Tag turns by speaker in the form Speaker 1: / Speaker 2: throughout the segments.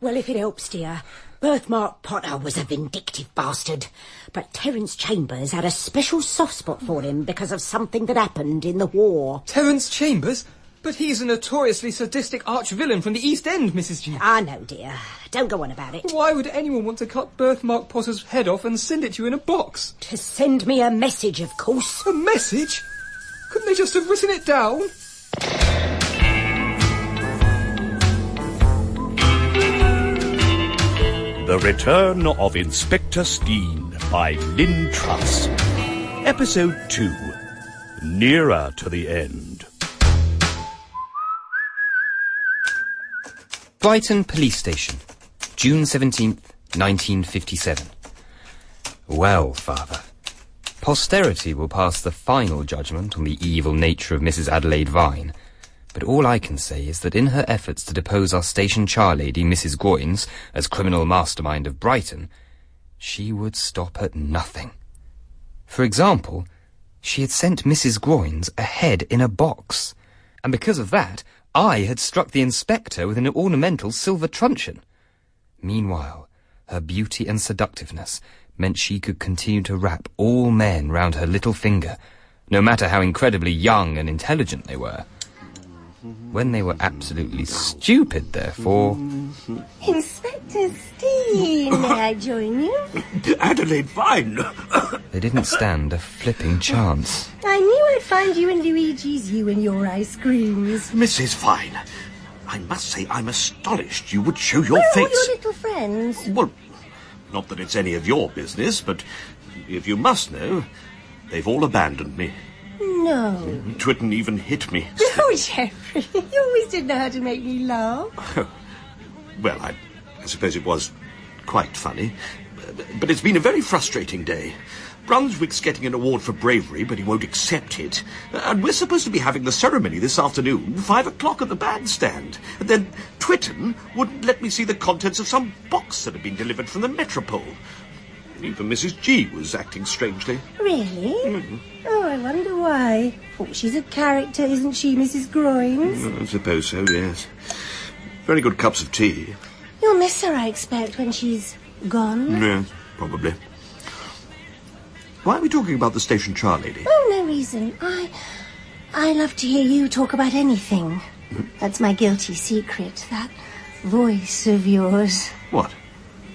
Speaker 1: Well, if it helps, dear, Birthmark Potter was a vindictive bastard. But Terence Chambers had a special soft spot for him because of something that happened in the war.
Speaker 2: Terence Chambers? But he's a notoriously sadistic arch-villain from the East End, Mrs. G.
Speaker 1: Ah, no, dear. Don't go on about it.
Speaker 2: Why would anyone want to cut Birthmark Potter's head off and send it to you in a box?
Speaker 1: To send me a message, of course.
Speaker 2: A message? Couldn't they just have written it down?
Speaker 3: The Return of Inspector Steen by Lynn Truss. Episode 2. Nearer to the End.
Speaker 4: Brighton Police Station, June 17th, 1957. Well, Father, posterity will pass the final judgment on the evil nature of Mrs. Adelaide Vine, but all I can say is that in her efforts to depose our station charlady, Mrs. Groynes, as criminal mastermind of Brighton, she would stop at nothing. For example, she had sent Mrs. Groynes a head in a box, and because of that, I had struck the inspector with an ornamental silver truncheon. Meanwhile, her beauty and seductiveness meant she could continue to wrap all men round her little finger, no matter how incredibly young and intelligent they were. When they were absolutely stupid, therefore,
Speaker 5: Inspector Steen, may I join you?
Speaker 6: Adelaide Vine.
Speaker 4: they didn't stand a flipping chance.
Speaker 5: I knew I'd find you in Luigi's, you and your ice creams.
Speaker 6: Mrs. Vine, I must say I'm astonished you would show your
Speaker 5: Where are all
Speaker 6: face.
Speaker 5: your little friends?
Speaker 6: Well, not that it's any of your business, but if you must know, they've all abandoned me.
Speaker 5: No.
Speaker 6: Twitten even hit me.
Speaker 5: Oh, Geoffrey, you always did know how to make me laugh.
Speaker 6: Well, I, I suppose it was quite funny, but, but it's been a very frustrating day. Brunswick's getting an award for bravery, but he won't accept it. And we're supposed to be having the ceremony this afternoon, five o'clock at the bandstand. And then Twitten wouldn't let me see the contents of some box that had been delivered from the Metropole. Even Mrs. G was acting strangely.
Speaker 5: Really? Oh, I wonder why. Oh, she's a character, isn't she, Mrs. Groynes?
Speaker 6: I suppose so, yes. Very good cups of tea.
Speaker 5: You'll miss her, I expect, when she's gone.
Speaker 6: Yes, probably. Why are we talking about the station char lady?
Speaker 5: Oh, no reason. I, I love to hear you talk about anything. That's my guilty secret. That voice of yours.
Speaker 6: What?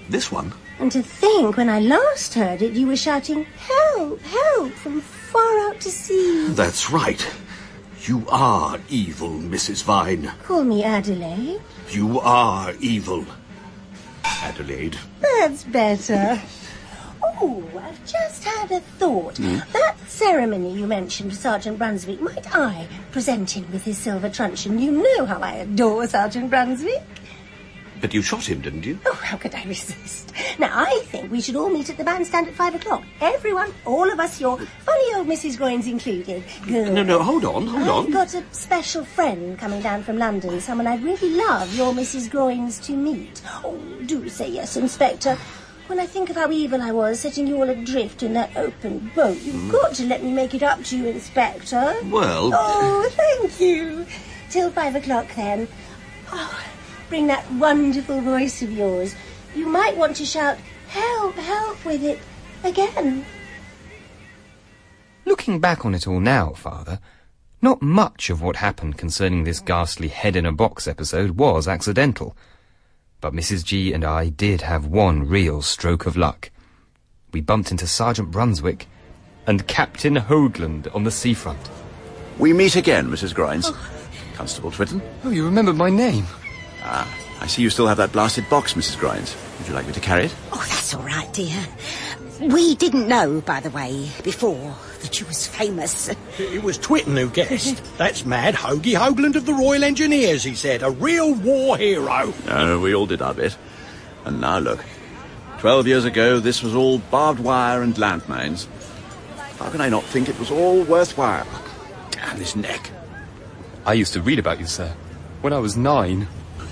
Speaker 6: This one?
Speaker 5: And to think, when I last heard it, you were shouting, "Help! Help!" from far out to sea.
Speaker 6: That's right. You are evil, Mrs. Vine.
Speaker 5: Call me Adelaide.
Speaker 6: You are evil. Adelaide.
Speaker 5: That's better. Oh, I've just had a thought.
Speaker 6: Mm.
Speaker 5: That ceremony you mentioned, Sergeant Brunswick, might I present him with his silver truncheon? You know how I adore Sergeant Brunswick.
Speaker 6: But you shot him, didn't you?
Speaker 5: Oh, how could I resist? Now, I think we should all meet at the bandstand at five o'clock. Everyone, all of us, your funny old Mrs. Groynes included. Good.
Speaker 6: No, no, hold on, hold
Speaker 5: I've
Speaker 6: on.
Speaker 5: got a special friend coming down from London, someone I really love your Mrs. Groynes to meet. Oh, do say yes, Inspector. When I think of how evil I was, setting you all adrift in that open boat, you've got to let me make it up to you, Inspector.
Speaker 6: Mm. Well,
Speaker 5: Oh, thank you. Till five o'clock then. Oh, bring that wonderful voice of yours. You might want to shout, help, help with it again.
Speaker 4: Looking back on it all now, Father, not much of what happened concerning this ghastly head in a box episode was accidental. But Mrs. G and I did have one real stroke of luck. We bumped into Sergeant Brunswick and Captain Hoagland on the seafront.
Speaker 7: We meet again, Mrs. Grimes. Constable Twitten, Ah,
Speaker 4: Oh, you remembered my name?
Speaker 7: I see you still have that blasted box, Mrs. Grimes. Would you like me to carry it?
Speaker 1: Oh, that's all right, dear. We didn't know, by the way, before that you was famous.
Speaker 8: It was Twitten who guessed. That's mad Hoagie Hoagland of the Royal Engineers, he said. A real war hero.
Speaker 7: No, we all did our bit. And now look. Twelve years ago, this was all barbed wire and landmines. How can I not think it was all worthwhile? Damn this neck.
Speaker 4: I used to read about you, sir, when I was nine.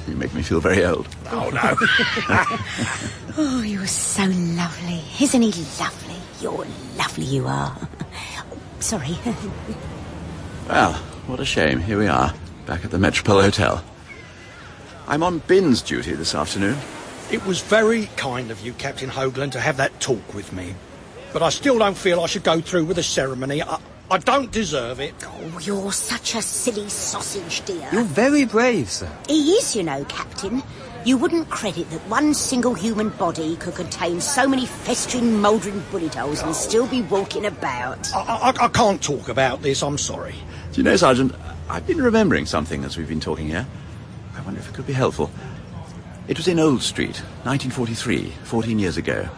Speaker 7: You make me feel very old.
Speaker 8: Oh, no.
Speaker 1: Oh, you're so lovely. Isn't he lovely? You're lovely, you are. Oh, Sorry.
Speaker 7: Well, what a shame. Here we are, back at the Metropole Hotel.
Speaker 6: I'm on bins duty this afternoon.
Speaker 8: It was very kind of you, Captain Hoagland, to have that talk with me. But I still don't feel I should go through with the ceremony. I, I don't deserve it.
Speaker 1: Oh, you're such a silly sausage, dear.
Speaker 4: You're very brave, sir.
Speaker 1: He is, you know, Captain. You wouldn't credit that one single human body could contain so many festering, mouldering bullet holes and still be walking about.
Speaker 8: I, I, I can't talk about this, I'm sorry.
Speaker 6: Do you know, Sergeant, I've been remembering something as we've been talking here. I wonder if it could be helpful. It was in Old Street, 1943, 14 years ago.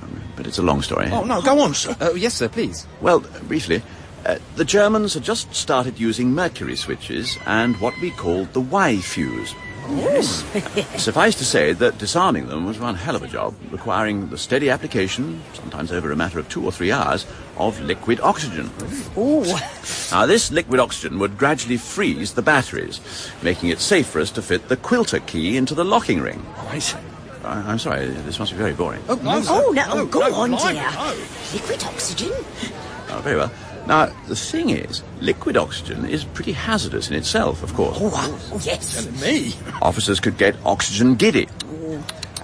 Speaker 6: Um, but it's a long story.
Speaker 8: Oh, no, go on, sir.
Speaker 9: Oh, yes, sir, please.
Speaker 6: Well, briefly, uh, the Germans had just started using mercury switches and what we called the Y fuse.
Speaker 1: Yes.
Speaker 6: Suffice to say that disarming them was one hell of a job, requiring the steady application, sometimes over a matter of two or three hours, of liquid oxygen.
Speaker 1: Ooh.
Speaker 6: Now, this liquid oxygen would gradually freeze the batteries, making it safe for us to fit the quilter key into the locking ring. I- I'm sorry, this must be very boring.
Speaker 8: Oh, no,
Speaker 1: Oh, no, go on,
Speaker 8: blimey,
Speaker 1: dear.
Speaker 8: no.
Speaker 1: Liquid oxygen?
Speaker 6: Oh, very well. Now, the thing is, liquid oxygen is pretty hazardous in itself, of course.
Speaker 1: Oh, uh, oh, yes.
Speaker 8: Me?
Speaker 6: Officers could get oxygen giddy.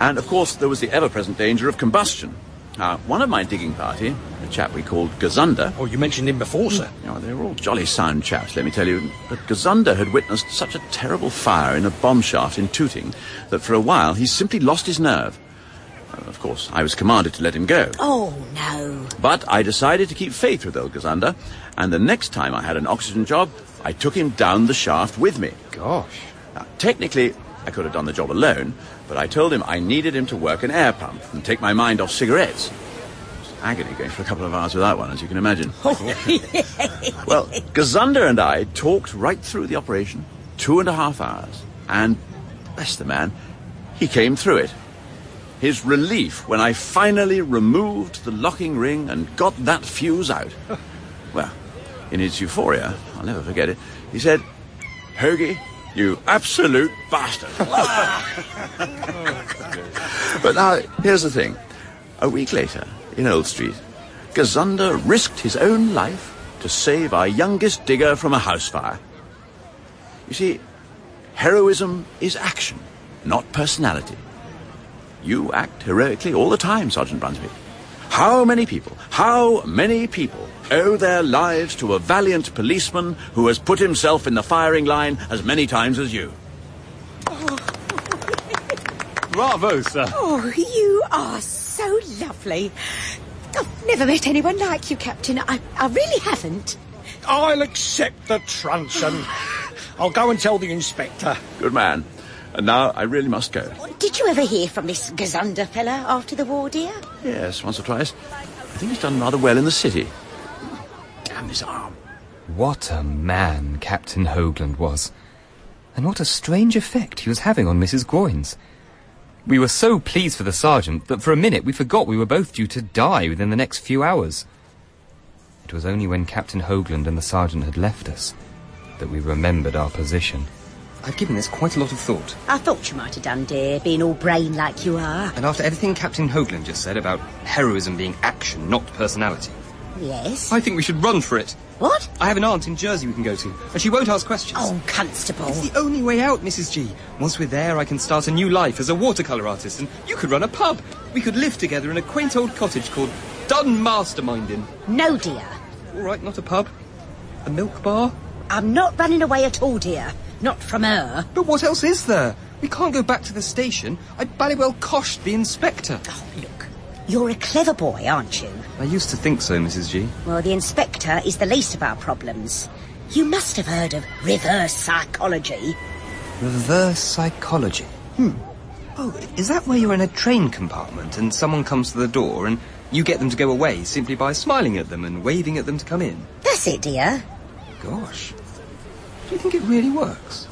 Speaker 6: And of course, there was the ever present danger of combustion. Now, one of my digging party, a chap we called Gazunder,
Speaker 8: Oh, you mentioned him before, sir.
Speaker 6: you know, they were all jolly sound chaps, let me tell you, but Gazunder had witnessed such a terrible fire in a bomb shaft in Tooting that for a while he simply lost his nerve. Uh, Of course, I was commanded to let him go.
Speaker 1: Oh, no.
Speaker 6: But I decided to keep faith with old Gazunder, and the next time I had an oxygen job, I took him down the shaft with me.
Speaker 9: Gosh.
Speaker 6: Now, technically, I could have done the job alone, but I told him I needed him to work an air pump and take my mind off cigarettes. It's agony going for a couple of hours without one, as you can imagine. well, Gazunder and I talked right through the operation, two and a half hours, and bless the man, he came through it. His relief when I finally removed the locking ring and got that fuse out. Well, in his euphoria, I'll never forget it, he said, Hoagie, you absolute bastard. but now, here's the thing. A week later, in Old Street, Gazunder risked his own life to save our youngest digger from a house fire. You see, heroism is action, not personality. You act heroically all the time, Sergeant Brunswick. How many people, how many people owe their lives to a valiant policeman who has put himself in the firing line as many times as you?
Speaker 4: Bravo, sir.
Speaker 10: Oh, you are so lovely. I've never met anyone like you, Captain. I, I really haven't.
Speaker 8: I'll accept the truncheon. I'll go and tell the inspector.
Speaker 6: Good man. And now I really must go.
Speaker 1: Did you ever hear from this Gazunder fella after the war, dear?
Speaker 6: Yes, once or twice. I think he's done rather well in the city. Damn this arm.
Speaker 9: What a man Captain Hoagland was. And what a strange effect he was having on Mrs. Groynes. We were so pleased for the sergeant that for a minute we forgot we were both due to die within the next few hours. It was only when Captain Hoagland and the sergeant had left us that we remembered our position.
Speaker 4: I've given this quite a lot of thought.
Speaker 1: I thought you might have done, dear, being all brain like you are.
Speaker 4: And after everything Captain Hoagland just said about heroism being action, not personality,
Speaker 1: Yes.
Speaker 4: I think we should run for it.
Speaker 1: What?
Speaker 4: I have an aunt in Jersey we can go to, and she won't ask questions.
Speaker 1: Oh, Constable.
Speaker 4: It's the only way out, Mrs. G. Once we're there, I can start a new life as a watercolour artist, and you could run a pub. We could live together in a quaint old cottage called Dun Masterminding.
Speaker 1: No, dear.
Speaker 4: All right, not a pub. A milk bar?
Speaker 1: I'm not running away at all, dear. Not from her.
Speaker 4: But what else is there? We can't go back to the station. I bloody well coshed the inspector.
Speaker 1: Oh, look. You're a clever boy, aren't you?
Speaker 4: I used to think so, Mrs. G.
Speaker 1: Well, the inspector is the least of our problems. You must have heard of reverse psychology.
Speaker 4: Reverse psychology. Hmm. Oh, is that where you're in a train compartment and someone comes to the door and you get them to go away simply by smiling at them and waving at them to come in?
Speaker 1: That's it, dear.
Speaker 4: Gosh. Do you think it really works?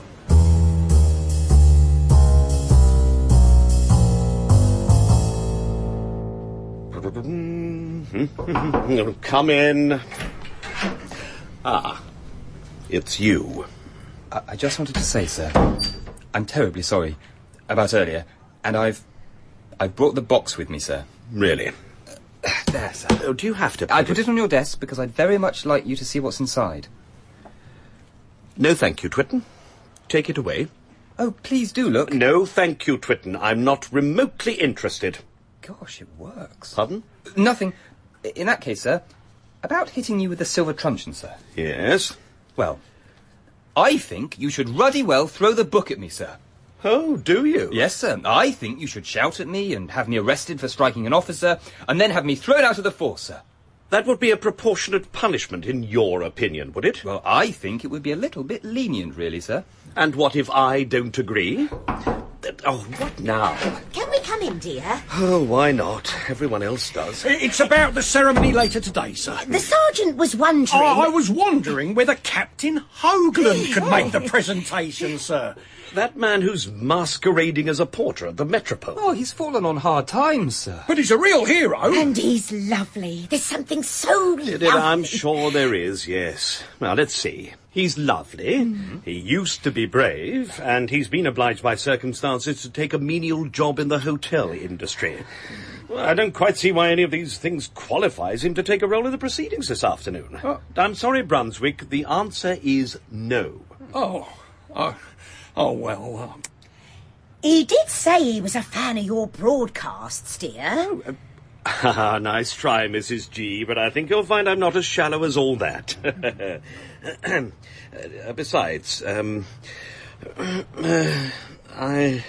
Speaker 11: Hmm. Come in. Ah, it's you.
Speaker 4: I, I just wanted to say, sir, I'm terribly sorry about earlier, and I've I've brought the box with me, sir.
Speaker 11: Really?
Speaker 12: Ah,
Speaker 4: There, sir.
Speaker 11: Oh, do you have to?
Speaker 4: I put it on your desk because I'd very much like you to see what's inside.
Speaker 11: No, thank you, Twitten. Take it away.
Speaker 12: Oh, please do look.
Speaker 6: No, thank you, Twitten. I'm not remotely interested.
Speaker 12: Gosh, it works.
Speaker 4: Uh,
Speaker 6: Pardon?
Speaker 12: Nothing. I- In that case, sir, about hitting you with the silver truncheon, sir.
Speaker 6: Yes.
Speaker 12: Well, I think you should ruddy well throw the book at me, sir.
Speaker 6: Oh, do you?
Speaker 12: Yes, sir. I think you should shout at me and have me arrested for striking an officer, and then have me thrown out of the force, sir.
Speaker 6: That would be a proportionate punishment, in your opinion, would it?
Speaker 12: Well, I think it would be a little bit lenient, really, sir.
Speaker 6: And what if I don't agree? Th- Oh, what now?
Speaker 1: Can we come in, dear?
Speaker 6: Oh, why not? Everyone else does.
Speaker 8: It's about the ceremony later today, sir.
Speaker 1: The sergeant was wondering.
Speaker 8: Oh, I, I was wondering whether Captain Hoagland could make the presentation, sir.
Speaker 6: That man who's masquerading as a porter at the Metropole.
Speaker 12: Oh, he's fallen on hard times, sir.
Speaker 8: But he's a real hero.
Speaker 1: And he's lovely. There's something so
Speaker 6: Did
Speaker 1: lovely.
Speaker 6: it? I'm sure there is, yes. Now, let's see. He's lovely, he used to be brave, and he's been obliged by circumstances to take a menial job in the hotel industry. Well, I don't quite see why any of these things qualifies him to take a role in the proceedings this afternoon. I'm sorry, Brunswick, the answer is no.
Speaker 8: Oh, oh, oh well. Uh,
Speaker 1: He did say he was a fan of your broadcasts, dear.
Speaker 6: Ah, nice try, Mrs. G, but I think you'll find I'm not as shallow as all that. Ahem. Uh, Besides, um, uh, I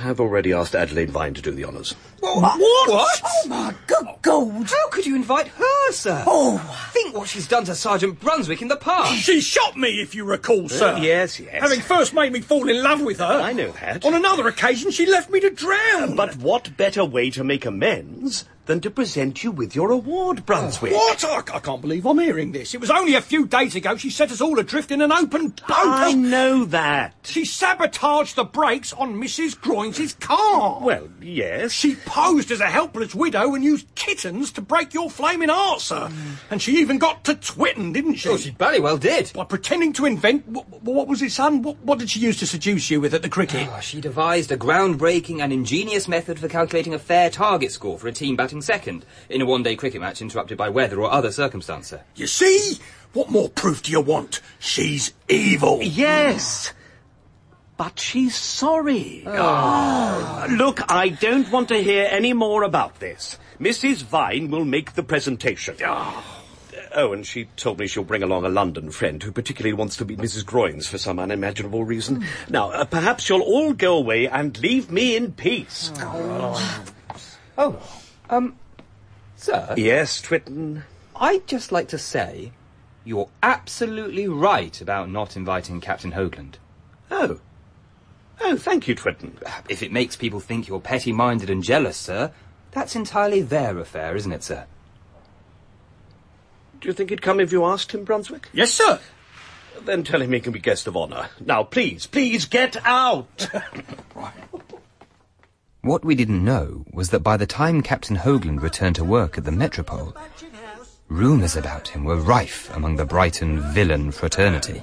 Speaker 6: have already asked Adelaide Vine to do the honours.
Speaker 12: What? What?
Speaker 1: Oh, my good gold.
Speaker 12: How could you invite her, sir? Oh! Think what she's done to Sergeant Brunswick in the past.
Speaker 8: she shot me, if you recall, sir.
Speaker 6: Uh, yes, yes.
Speaker 8: Having first made me fall in love with her.
Speaker 6: I know that.
Speaker 8: On another occasion, she left me to drown.
Speaker 6: But what better way to make amends than to present you with your award, Brunswick?
Speaker 8: What? I, I can't believe I'm hearing this. It was only a few days ago she set us all adrift in an open boat.
Speaker 6: I know that.
Speaker 8: She sabotaged the brakes on Mrs. Groynes' car.
Speaker 6: Well, yes.
Speaker 8: She posed as a helpless widow and used kittens to break your flaming heart, sir. And she even got to twitten, didn't she?
Speaker 12: Oh, she bloody well did.
Speaker 8: By pretending to invent. What, what was it, son? What, what did she use to seduce you with at the cricket?
Speaker 12: Oh, she devised a groundbreaking and ingenious method for calculating a fair target score for a team batting second in a one-day cricket match interrupted by weather or other circumstance, sir.
Speaker 8: You see? What more proof do you want? She's evil.
Speaker 6: Yes. But she's sorry. Look, I don't want to hear any more about this. Mrs. Vine will make the presentation. Oh, and she told me she'll bring along a London friend who particularly wants to meet Mrs. Groynes for some unimaginable reason. Now, uh, perhaps you'll all go away and leave me in peace.
Speaker 12: Oh, um, sir,
Speaker 6: Yes, Twitten.
Speaker 12: I'd just like to say you're absolutely right about not inviting Captain Hoagland.
Speaker 6: Oh. Oh, thank you, Twitten. Uh,
Speaker 12: If it makes people think you're petty-minded and jealous, sir, that's entirely their affair, isn't it, sir?
Speaker 6: Do you think he'd come if you asked him, Brunswick?
Speaker 8: Yes, sir.
Speaker 6: Then tell him he can be guest of honour. Now, please, please get out.
Speaker 4: What we didn't know was that by the time Captain Hoagland returned to work at the Metropole, rumours about him were rife among the Brighton villain fraternity.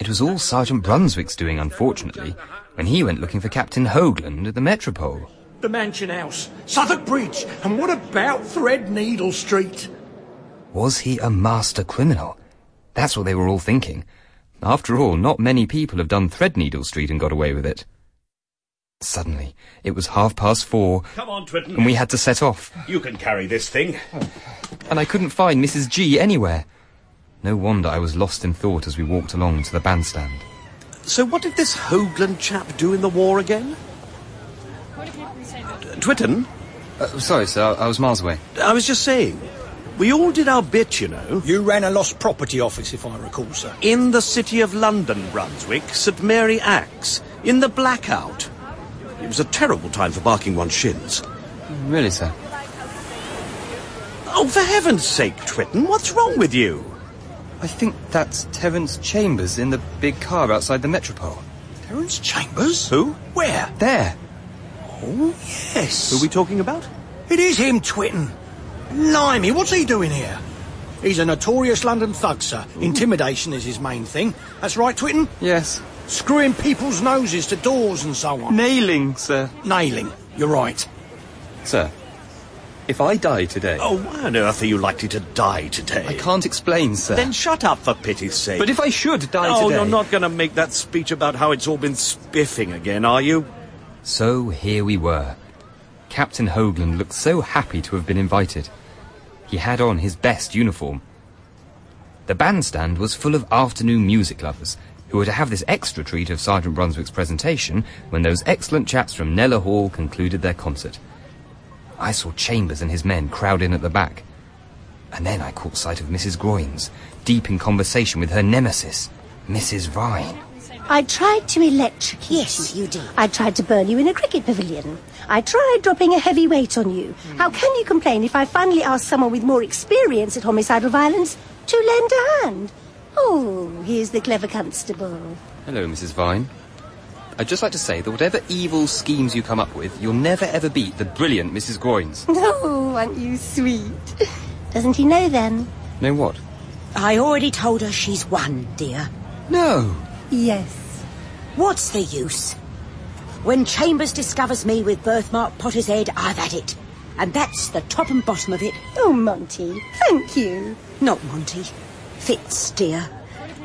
Speaker 4: It was all Sergeant Brunswick's doing, unfortunately, when he went looking for Captain Hoagland at the Metropole.
Speaker 8: The Mansion House, Southwark Bridge, and what about Threadneedle Street?
Speaker 4: Was he a master criminal? That's what they were all thinking. After all, not many people have done Threadneedle Street and got away with it. Suddenly, it was half past four,
Speaker 6: Come on, Twitten.
Speaker 4: and we had to set off.
Speaker 6: You can carry this thing.
Speaker 4: and I couldn't find Mrs. G anywhere. No wonder I was lost in thought as we walked along to the bandstand.
Speaker 6: So what did this Hoagland chap do in the war again? Twitten,
Speaker 4: Uh, sorry, sir, I, I was miles away.
Speaker 6: I was just saying, we all did our bit, you know.
Speaker 8: You ran a lost property office, if I recall, sir.
Speaker 6: In the city of London, Brunswick, St Mary Axe, in the blackout. It was a terrible time for barking one's shins.
Speaker 4: Really, sir?
Speaker 6: Oh, for heaven's sake, Twitten, what's wrong with you?
Speaker 4: I think that's Terence Chambers in the big car outside the Metropole.
Speaker 8: Terence Chambers?
Speaker 6: Who?
Speaker 8: Where?
Speaker 4: There!
Speaker 8: Oh, yes.
Speaker 6: Who are we talking about?
Speaker 8: It is him, Twitten. Limey, what's he doing here? He's a notorious London thug, sir. Intimidation is his main thing. That's right, Twitten.
Speaker 4: Yes.
Speaker 8: Screwing people's noses to doors and so on.
Speaker 4: Nailing, sir.
Speaker 8: Nailing. You're right.
Speaker 4: Sir,
Speaker 13: If I die today.
Speaker 14: Oh, why on earth are you likely to die today? I
Speaker 13: can't explain, sir.
Speaker 14: Then shut up, for pity's sake.
Speaker 13: But if I should die
Speaker 14: oh,
Speaker 13: today.
Speaker 14: you're not going to make that speech about how it's all been spiffing again, are you?
Speaker 4: So here we were. Captain Hoagland looked so happy to have been invited. He had on his best uniform. The bandstand was full of afternoon music lovers who were to have this extra treat of Sergeant Brunswick's presentation when those excellent chaps from Nella Hall concluded their concert. I saw Chambers and his men crowd in at the back. And then I caught sight of Mrs. Groynes, deep in conversation with her nemesis, Mrs. Vine.
Speaker 5: I tried to electrocute
Speaker 1: Yes, you did.
Speaker 5: I tried to burn you in a cricket pavilion. I tried dropping a heavy weight on you. How can you complain if I finally asked someone with more experience at homicidal violence to lend a hand? Oh, here's the clever constable.
Speaker 4: Hello, Mrs. Vine. I'd just like to say that whatever evil schemes you come up with, you'll never ever beat the brilliant Mrs. Groynes.
Speaker 5: Oh, aren't you sweet? Doesn't he know then?
Speaker 4: Know what?
Speaker 1: I already told her she's won, dear.
Speaker 4: No.
Speaker 5: Yes.
Speaker 1: What's the use? When Chambers discovers me with birthmark Potter's head, I've had it. And that's the top and bottom of it.
Speaker 5: Oh, Monty, thank you.
Speaker 1: Not Monty. Fitz, dear.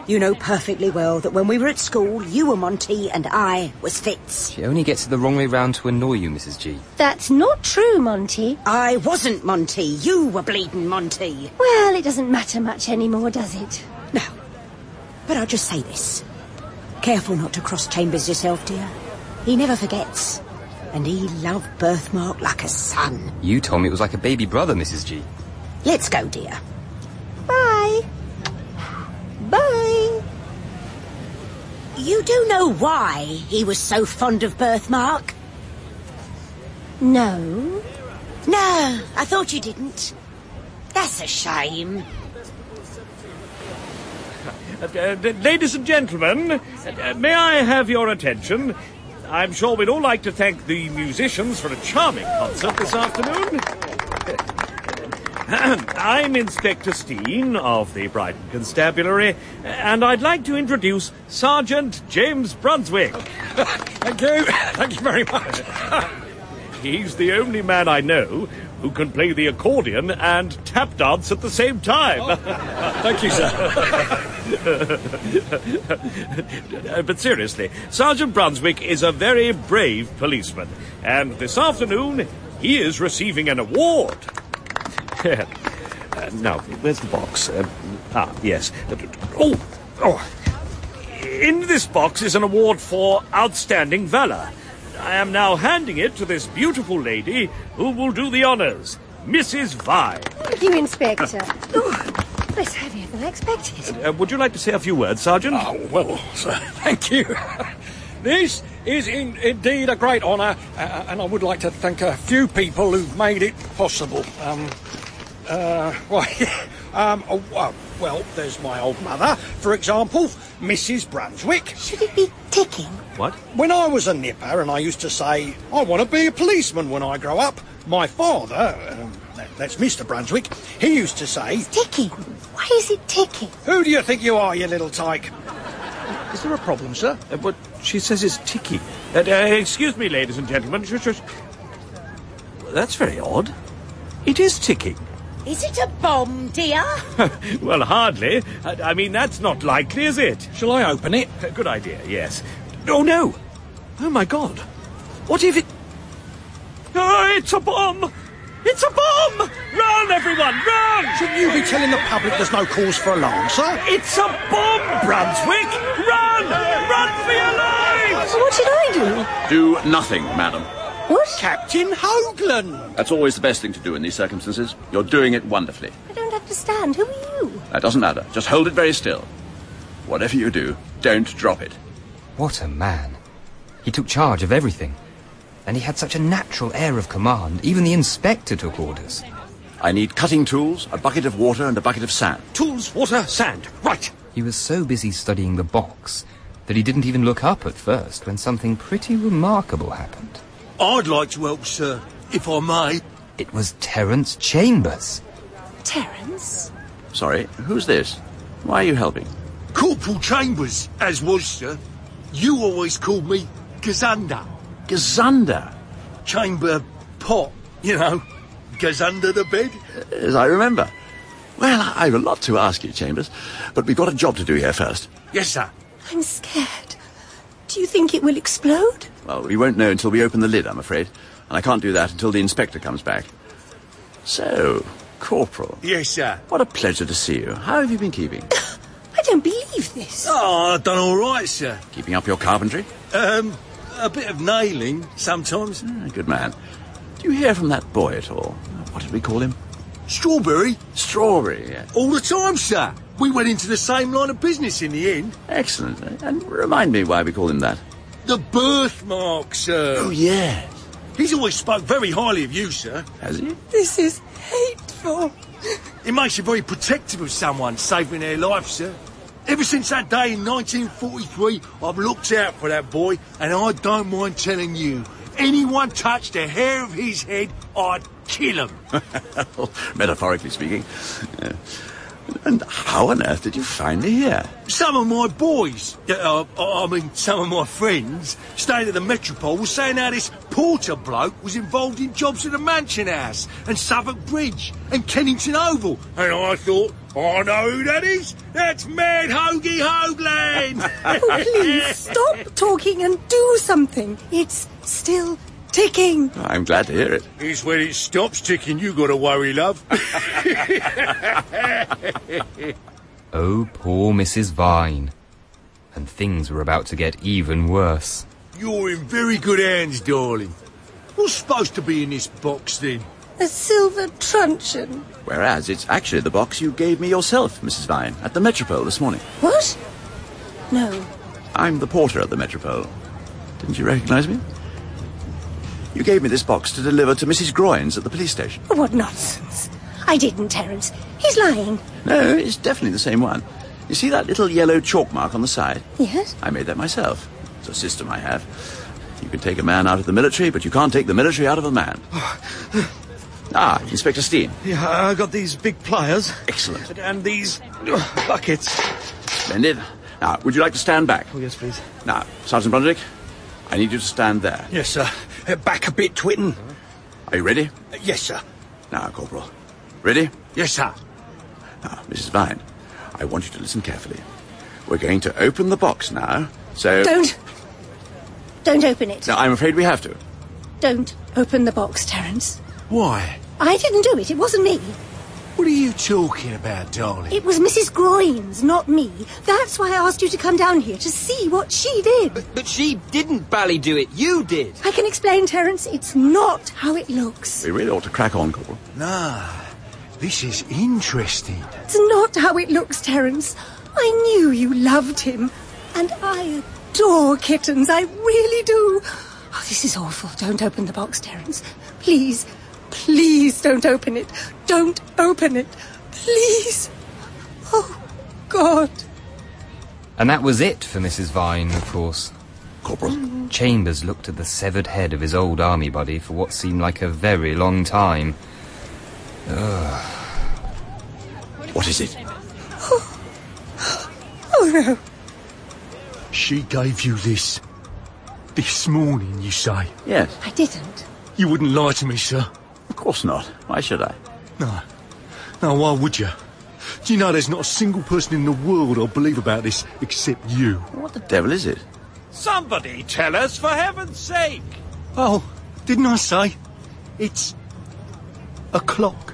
Speaker 1: You know perfectly well that when we were at school, you were Monty and I was Fitz.
Speaker 4: She only gets it the wrong way round to annoy you, Mrs. G.
Speaker 5: That's not true, Monty.
Speaker 1: I wasn't Monty. You were bleeding Monty.
Speaker 5: Well, it doesn't matter much anymore, does it?
Speaker 1: No. But I'll just say this. Careful not to cross Chambers yourself, dear. He never forgets. And he loved Birthmark like a son.
Speaker 4: You told me it was like a baby brother, Mrs. G.
Speaker 1: Let's go, dear.
Speaker 5: Bye. Bye.
Speaker 1: You do know why he was so fond of Birthmark?
Speaker 5: No.
Speaker 1: No, I thought you didn't. That's a shame.
Speaker 6: Uh, uh, d- ladies and gentlemen, uh, uh, may I have your attention? I'm sure we'd all like to thank the musicians for a charming concert this afternoon. I'm Inspector Steen of the Brighton Constabulary, and I'd like to introduce Sergeant James Brunswick.
Speaker 15: Thank you. Thank you very much.
Speaker 6: He's the only man I know who can play the accordion and tap dance at the same time.
Speaker 15: Oh. Thank you, sir.
Speaker 6: Uh, but seriously, Sergeant Brunswick is a very brave policeman, and this afternoon he is receiving an award. Uh, now, where's the box? Uh, ah, yes. Oh, oh. In this box is an award for outstanding valor. I am now handing it to this beautiful lady who will do the honors, Mrs. Vi.
Speaker 5: Thank you, Inspector. Oh, that's heavier than I expected.
Speaker 6: Uh, would you like to say a few words, Sergeant?
Speaker 8: Ah,
Speaker 15: Oh, well, sir, thank you. This is in, indeed a great honour, uh, and I would like to thank a few people who've made it possible. Um, uh, well, um, oh, oh, well, there's my old mother, for example, Mrs. Brunswick.
Speaker 5: Should it be ticking?
Speaker 6: What?
Speaker 15: When I was a nipper and I used to say, I want to be a policeman when I grow up, my father, um, that, that's Mr. Brunswick, he used to say,
Speaker 5: Ticking? Why is it ticking?
Speaker 15: Who do you think you are, you little tyke? Is there a problem, sir?
Speaker 6: Uh, but she says it's ticky. Uh, uh, excuse me, ladies and gentlemen. Shush, shush. That's very odd. It is ticking.
Speaker 1: Is it a bomb, dear?
Speaker 6: Well, hardly. I, I mean, that's not likely, is it?
Speaker 15: Shall I open it?
Speaker 6: Uh, Good idea, yes. Oh, no. Oh, my God. What if it... Oh, it's a bomb! It's a bomb! Run, everyone, run!
Speaker 15: Shouldn't you be telling the public there's no cause for alarm, sir?
Speaker 6: It's a bomb, Brunswick! Run! Run for your lives!
Speaker 5: What should I
Speaker 7: Do nothing, madam.
Speaker 5: do? What?
Speaker 15: Captain Hoagland!
Speaker 7: That's always the best thing to do in these circumstances. You're doing it wonderfully.
Speaker 5: I don't understand. Who are you?
Speaker 7: That doesn't matter. Just hold it very still. Whatever you do, don't drop it.
Speaker 4: What a man. He took charge of everything. And he had such a natural air of command, even the inspector took orders.
Speaker 7: I need cutting tools, a bucket of water, and a bucket of sand.
Speaker 15: Tools, water, sand. Right.
Speaker 4: He was so busy studying the box that he didn't even look up at first when something pretty remarkable happened.
Speaker 8: I'd like to help, sir, if I may.
Speaker 4: It was Terence Chambers.
Speaker 5: Terence?
Speaker 7: Sorry, who's this? Why are you helping?
Speaker 8: Corporal Chambers, as was, sir. You always called me Gazander.
Speaker 7: Gazander.
Speaker 8: Chamber pot, you know. knickers under the bed?
Speaker 7: As I remember. Well, I- I've a lot to ask you, Chambers, but we've got a job to do here first.
Speaker 8: Yes, sir.
Speaker 5: I'm scared. Do you think it will explode?
Speaker 7: Well, we won't know until we open the lid, I'm afraid, and I can't do that until the inspector comes back. So, Corporal,
Speaker 8: Yes, sir.
Speaker 7: what a pleasure to see you. How have you been keeping?
Speaker 5: I don't believe this.
Speaker 8: Oh, I've done all right, sir.
Speaker 7: keeping up your carpentry?
Speaker 8: Um, a bit of nailing sometimes.
Speaker 7: Ah, Good man. Do you hear from that boy at all? What did we call him?
Speaker 8: Strawberry?
Speaker 7: Strawberry, yeah.
Speaker 8: All the time, sir. We went into the same line of business in the end.
Speaker 7: Excellent. And remind me why we call him that.
Speaker 8: The birthmark, sir.
Speaker 7: Oh, yes.
Speaker 8: He's always spoke very highly of you, sir.
Speaker 7: Has he?
Speaker 5: This is hateful.
Speaker 8: It makes you very protective of someone, saving their life, sir. Ever since that day in 1943, I've looked out for that boy, and I don't mind telling you, anyone touched a hair of his head, I'd kill him.
Speaker 7: Metaphorically speaking. Yeah. And how on earth did you find me here?
Speaker 8: Some of my boys, uh, I I mean, some of my friends, staying at the Metropole, were saying how this Porter bloke was involved in jobs at the Mansion House and Suffolk Bridge and Kennington Oval. And I thought, I know who that is. That's Mad Hoagie Hoagland.
Speaker 5: Oh, please stop talking and do something. It's still ticking.
Speaker 7: I'm glad to hear it.
Speaker 8: It's when it stops ticking you got to worry, love.
Speaker 4: Oh, poor Mrs. Vine. And things were about to get even worse.
Speaker 8: You're in very good hands, darling. What's supposed to be in this box, then?
Speaker 5: A silver truncheon.
Speaker 7: Whereas it's actually the box you gave me yourself, Mrs. Vine, at the Metropole this morning.
Speaker 5: What? No.
Speaker 7: I'm the porter at the Metropole. Didn't you recognize me? You gave me this box to deliver to Mrs. Groynes at the police station.
Speaker 5: Oh, What nonsense. I didn't, Terence. He's lying.
Speaker 7: No, it's definitely the same one. You see that little yellow chalk mark on the side?
Speaker 5: Yes?
Speaker 7: I made that myself. It's a system I have. You can take a man out of the military, but you can't take the military out of a man. ah, Inspector Steen.
Speaker 16: Yeah, I got these big pliers
Speaker 7: Excellent.
Speaker 16: and these buckets.
Speaker 7: Splendid. Now, would you like to stand back?
Speaker 16: Oh, yes, please.
Speaker 7: Now, Sergeant Brunswick, I need you to stand there.
Speaker 16: Yes, sir. Uh, Back a bit, Twitten.
Speaker 7: Are you ready?
Speaker 16: Uh, Yes, sir.
Speaker 7: Now, Corporal. Ready?
Speaker 16: Yes, sir.
Speaker 7: Now, Mrs. Vine, I want you to listen carefully. We're going to open the box now, so...
Speaker 5: Don't. Don't open it.
Speaker 7: No, I'm afraid we have to.
Speaker 5: Don't open the box, Terence.
Speaker 8: Why?
Speaker 5: I didn't do it. It wasn't me.
Speaker 8: What are you talking about, darling?
Speaker 5: It was Mrs. Groynes, not me. That's why I asked you to come down here to see what she did.
Speaker 17: But she didn't bally do it. You did.
Speaker 5: I can explain, Terence. It's not how it looks.
Speaker 7: We really ought to crack on, Corporal.
Speaker 8: Nah, this is interesting.
Speaker 5: It's not how it looks, Terence. I knew you loved him. And I adore kittens. I really do. Oh, this is awful. Don't open the box, Terence. Please, please don't open it. Don't open it. Please. Oh, God.
Speaker 4: And that was it for Mrs. Vine, of course.
Speaker 7: Corporal.
Speaker 4: Chambers looked at the severed head of his old army buddy for what seemed like a very long time. Ugh.
Speaker 7: What is it?
Speaker 5: Oh, no.
Speaker 8: She gave you this. This morning, you say?
Speaker 7: Yes,
Speaker 5: I didn't.
Speaker 8: You wouldn't lie to me, sir.
Speaker 7: of course not. Why should I?
Speaker 8: No. No, why would you? Do you know there's not a single person in the world I'll believe about this except you?
Speaker 7: What the devil is it?
Speaker 6: Somebody tell us, for heaven's sake!
Speaker 8: Oh, didn't I say? It's a clock.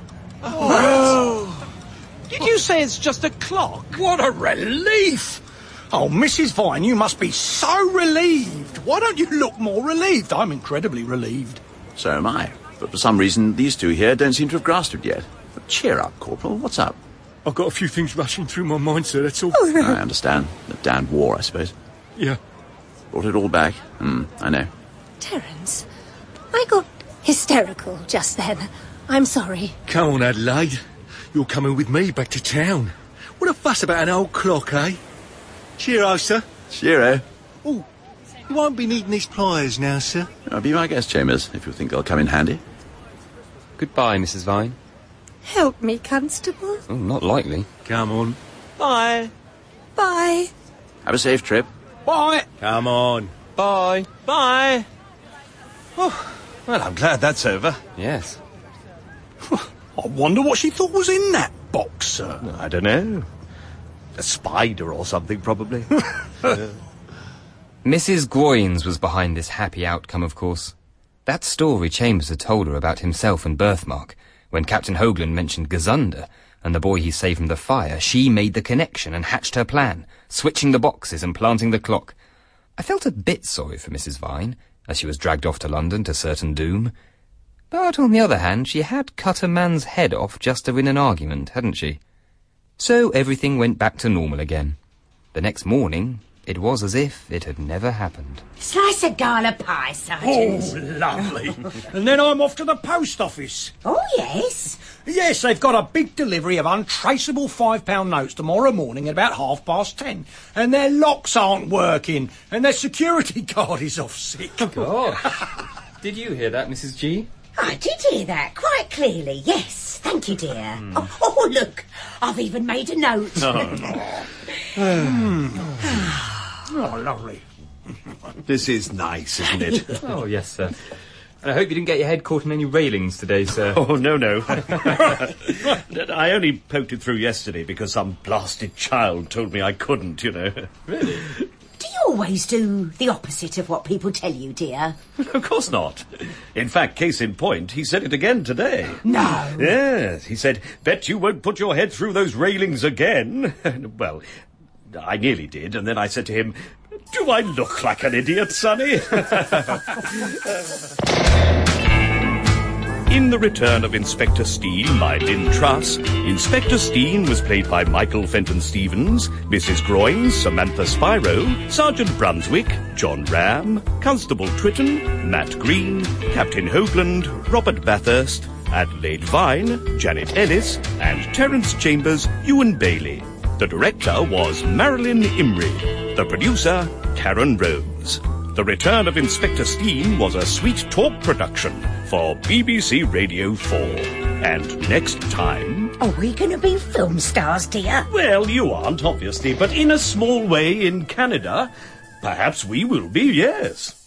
Speaker 6: Did you say it's just a clock?
Speaker 16: What a relief! Oh, Mrs. Vine, you must be so relieved. Why don't you look more relieved? I'm incredibly relieved.
Speaker 7: So am I. But for some reason, these two here don't seem to have grasped it yet. But cheer up, Corporal. What's up?
Speaker 8: I've got a few things rushing through my mind, sir, that's all.
Speaker 7: I understand. The damned war, I suppose.
Speaker 8: Yeah.
Speaker 7: Brought it all back. Hmm, I know.
Speaker 5: Terence, I got hysterical just then. I'm sorry.
Speaker 8: Come on, Adelaide. You're coming with me back to town. What a fuss about an old clock, eh? Cheerio, sir.
Speaker 7: Cheerio.
Speaker 8: Oh, you won't be needing these pliers now, sir.
Speaker 7: Uh, be my guest, Chambers, if you think they'll come in handy.
Speaker 4: Goodbye, Mrs. Vine.
Speaker 5: Help me, Constable.
Speaker 4: Oh, not likely.
Speaker 8: Come on.
Speaker 17: Bye.
Speaker 5: Bye.
Speaker 7: Have a safe trip.
Speaker 17: Bye.
Speaker 8: Come on.
Speaker 4: Bye.
Speaker 17: Bye.
Speaker 16: Well, I'm glad that's over.
Speaker 4: Yes.
Speaker 18: I wonder what she thought was in that box, sir.
Speaker 6: I don't know. A spider or something, probably.
Speaker 4: Mrs. Groynes was behind this happy outcome, of course. That story Chambers had told her about himself and Birthmark, when Captain Hoagland mentioned Gazunder and the boy he saved from the fire, she made the connection and hatched her plan, switching the boxes and planting the clock. I felt a bit sorry for Mrs. Vine, as she was dragged off to London to certain doom. But on the other hand, she had cut a man's head off just to win an argument, hadn't she? So everything went back to normal again. The next morning, it was as if it had never happened.
Speaker 1: Slice of gala pie, Sergeant.
Speaker 8: Oh, lovely. and then I'm off to the post office.
Speaker 1: Oh, yes?
Speaker 18: Yes, they've got a big delivery of untraceable £5 notes tomorrow morning at about half past ten. And their locks aren't working, and their security guard is off sick.
Speaker 4: Did you hear that, Mrs. G?
Speaker 1: I Ah, did hear that quite clearly, yes. Thank you, dear. Oh, oh, look, I've even made a note.
Speaker 18: oh, lovely.
Speaker 6: this is nice, isn't it?
Speaker 4: oh, yes, sir. And I hope you didn't get your head caught in any railings today, sir.
Speaker 19: Oh, no, no.
Speaker 6: I only poked it through yesterday because some blasted child told me I couldn't, you know. Really?
Speaker 1: Do you always do the opposite of what people tell you, dear?
Speaker 6: of course not. In fact, case in point, he said it again today.
Speaker 1: No.
Speaker 6: Yes, he said, Bet you won't put your head through those railings again. well, I nearly did, and then I said to him, Do I look like an idiot, Sonny?
Speaker 3: In The Return of Inspector Steen by Lynn Truss, Inspector Steen was played by Michael Fenton Stevens, Mrs. Groynes, Samantha Spiro, Sergeant Brunswick, John Ram, Constable Twitten, Matt Green, Captain Hoagland, Robert Bathurst, Adelaide Vine, Janet Ellis, and Terence Chambers, Ewan Bailey. The director was Marilyn Imrie. The producer, Karen Rose. The Return of Inspector Steen was a Sweet Talk production for BBC Radio 4. And next time...
Speaker 1: Are we going to be film stars, dear?
Speaker 6: Well, you aren't, obviously, but in a small way in Canada, perhaps we will be, yes.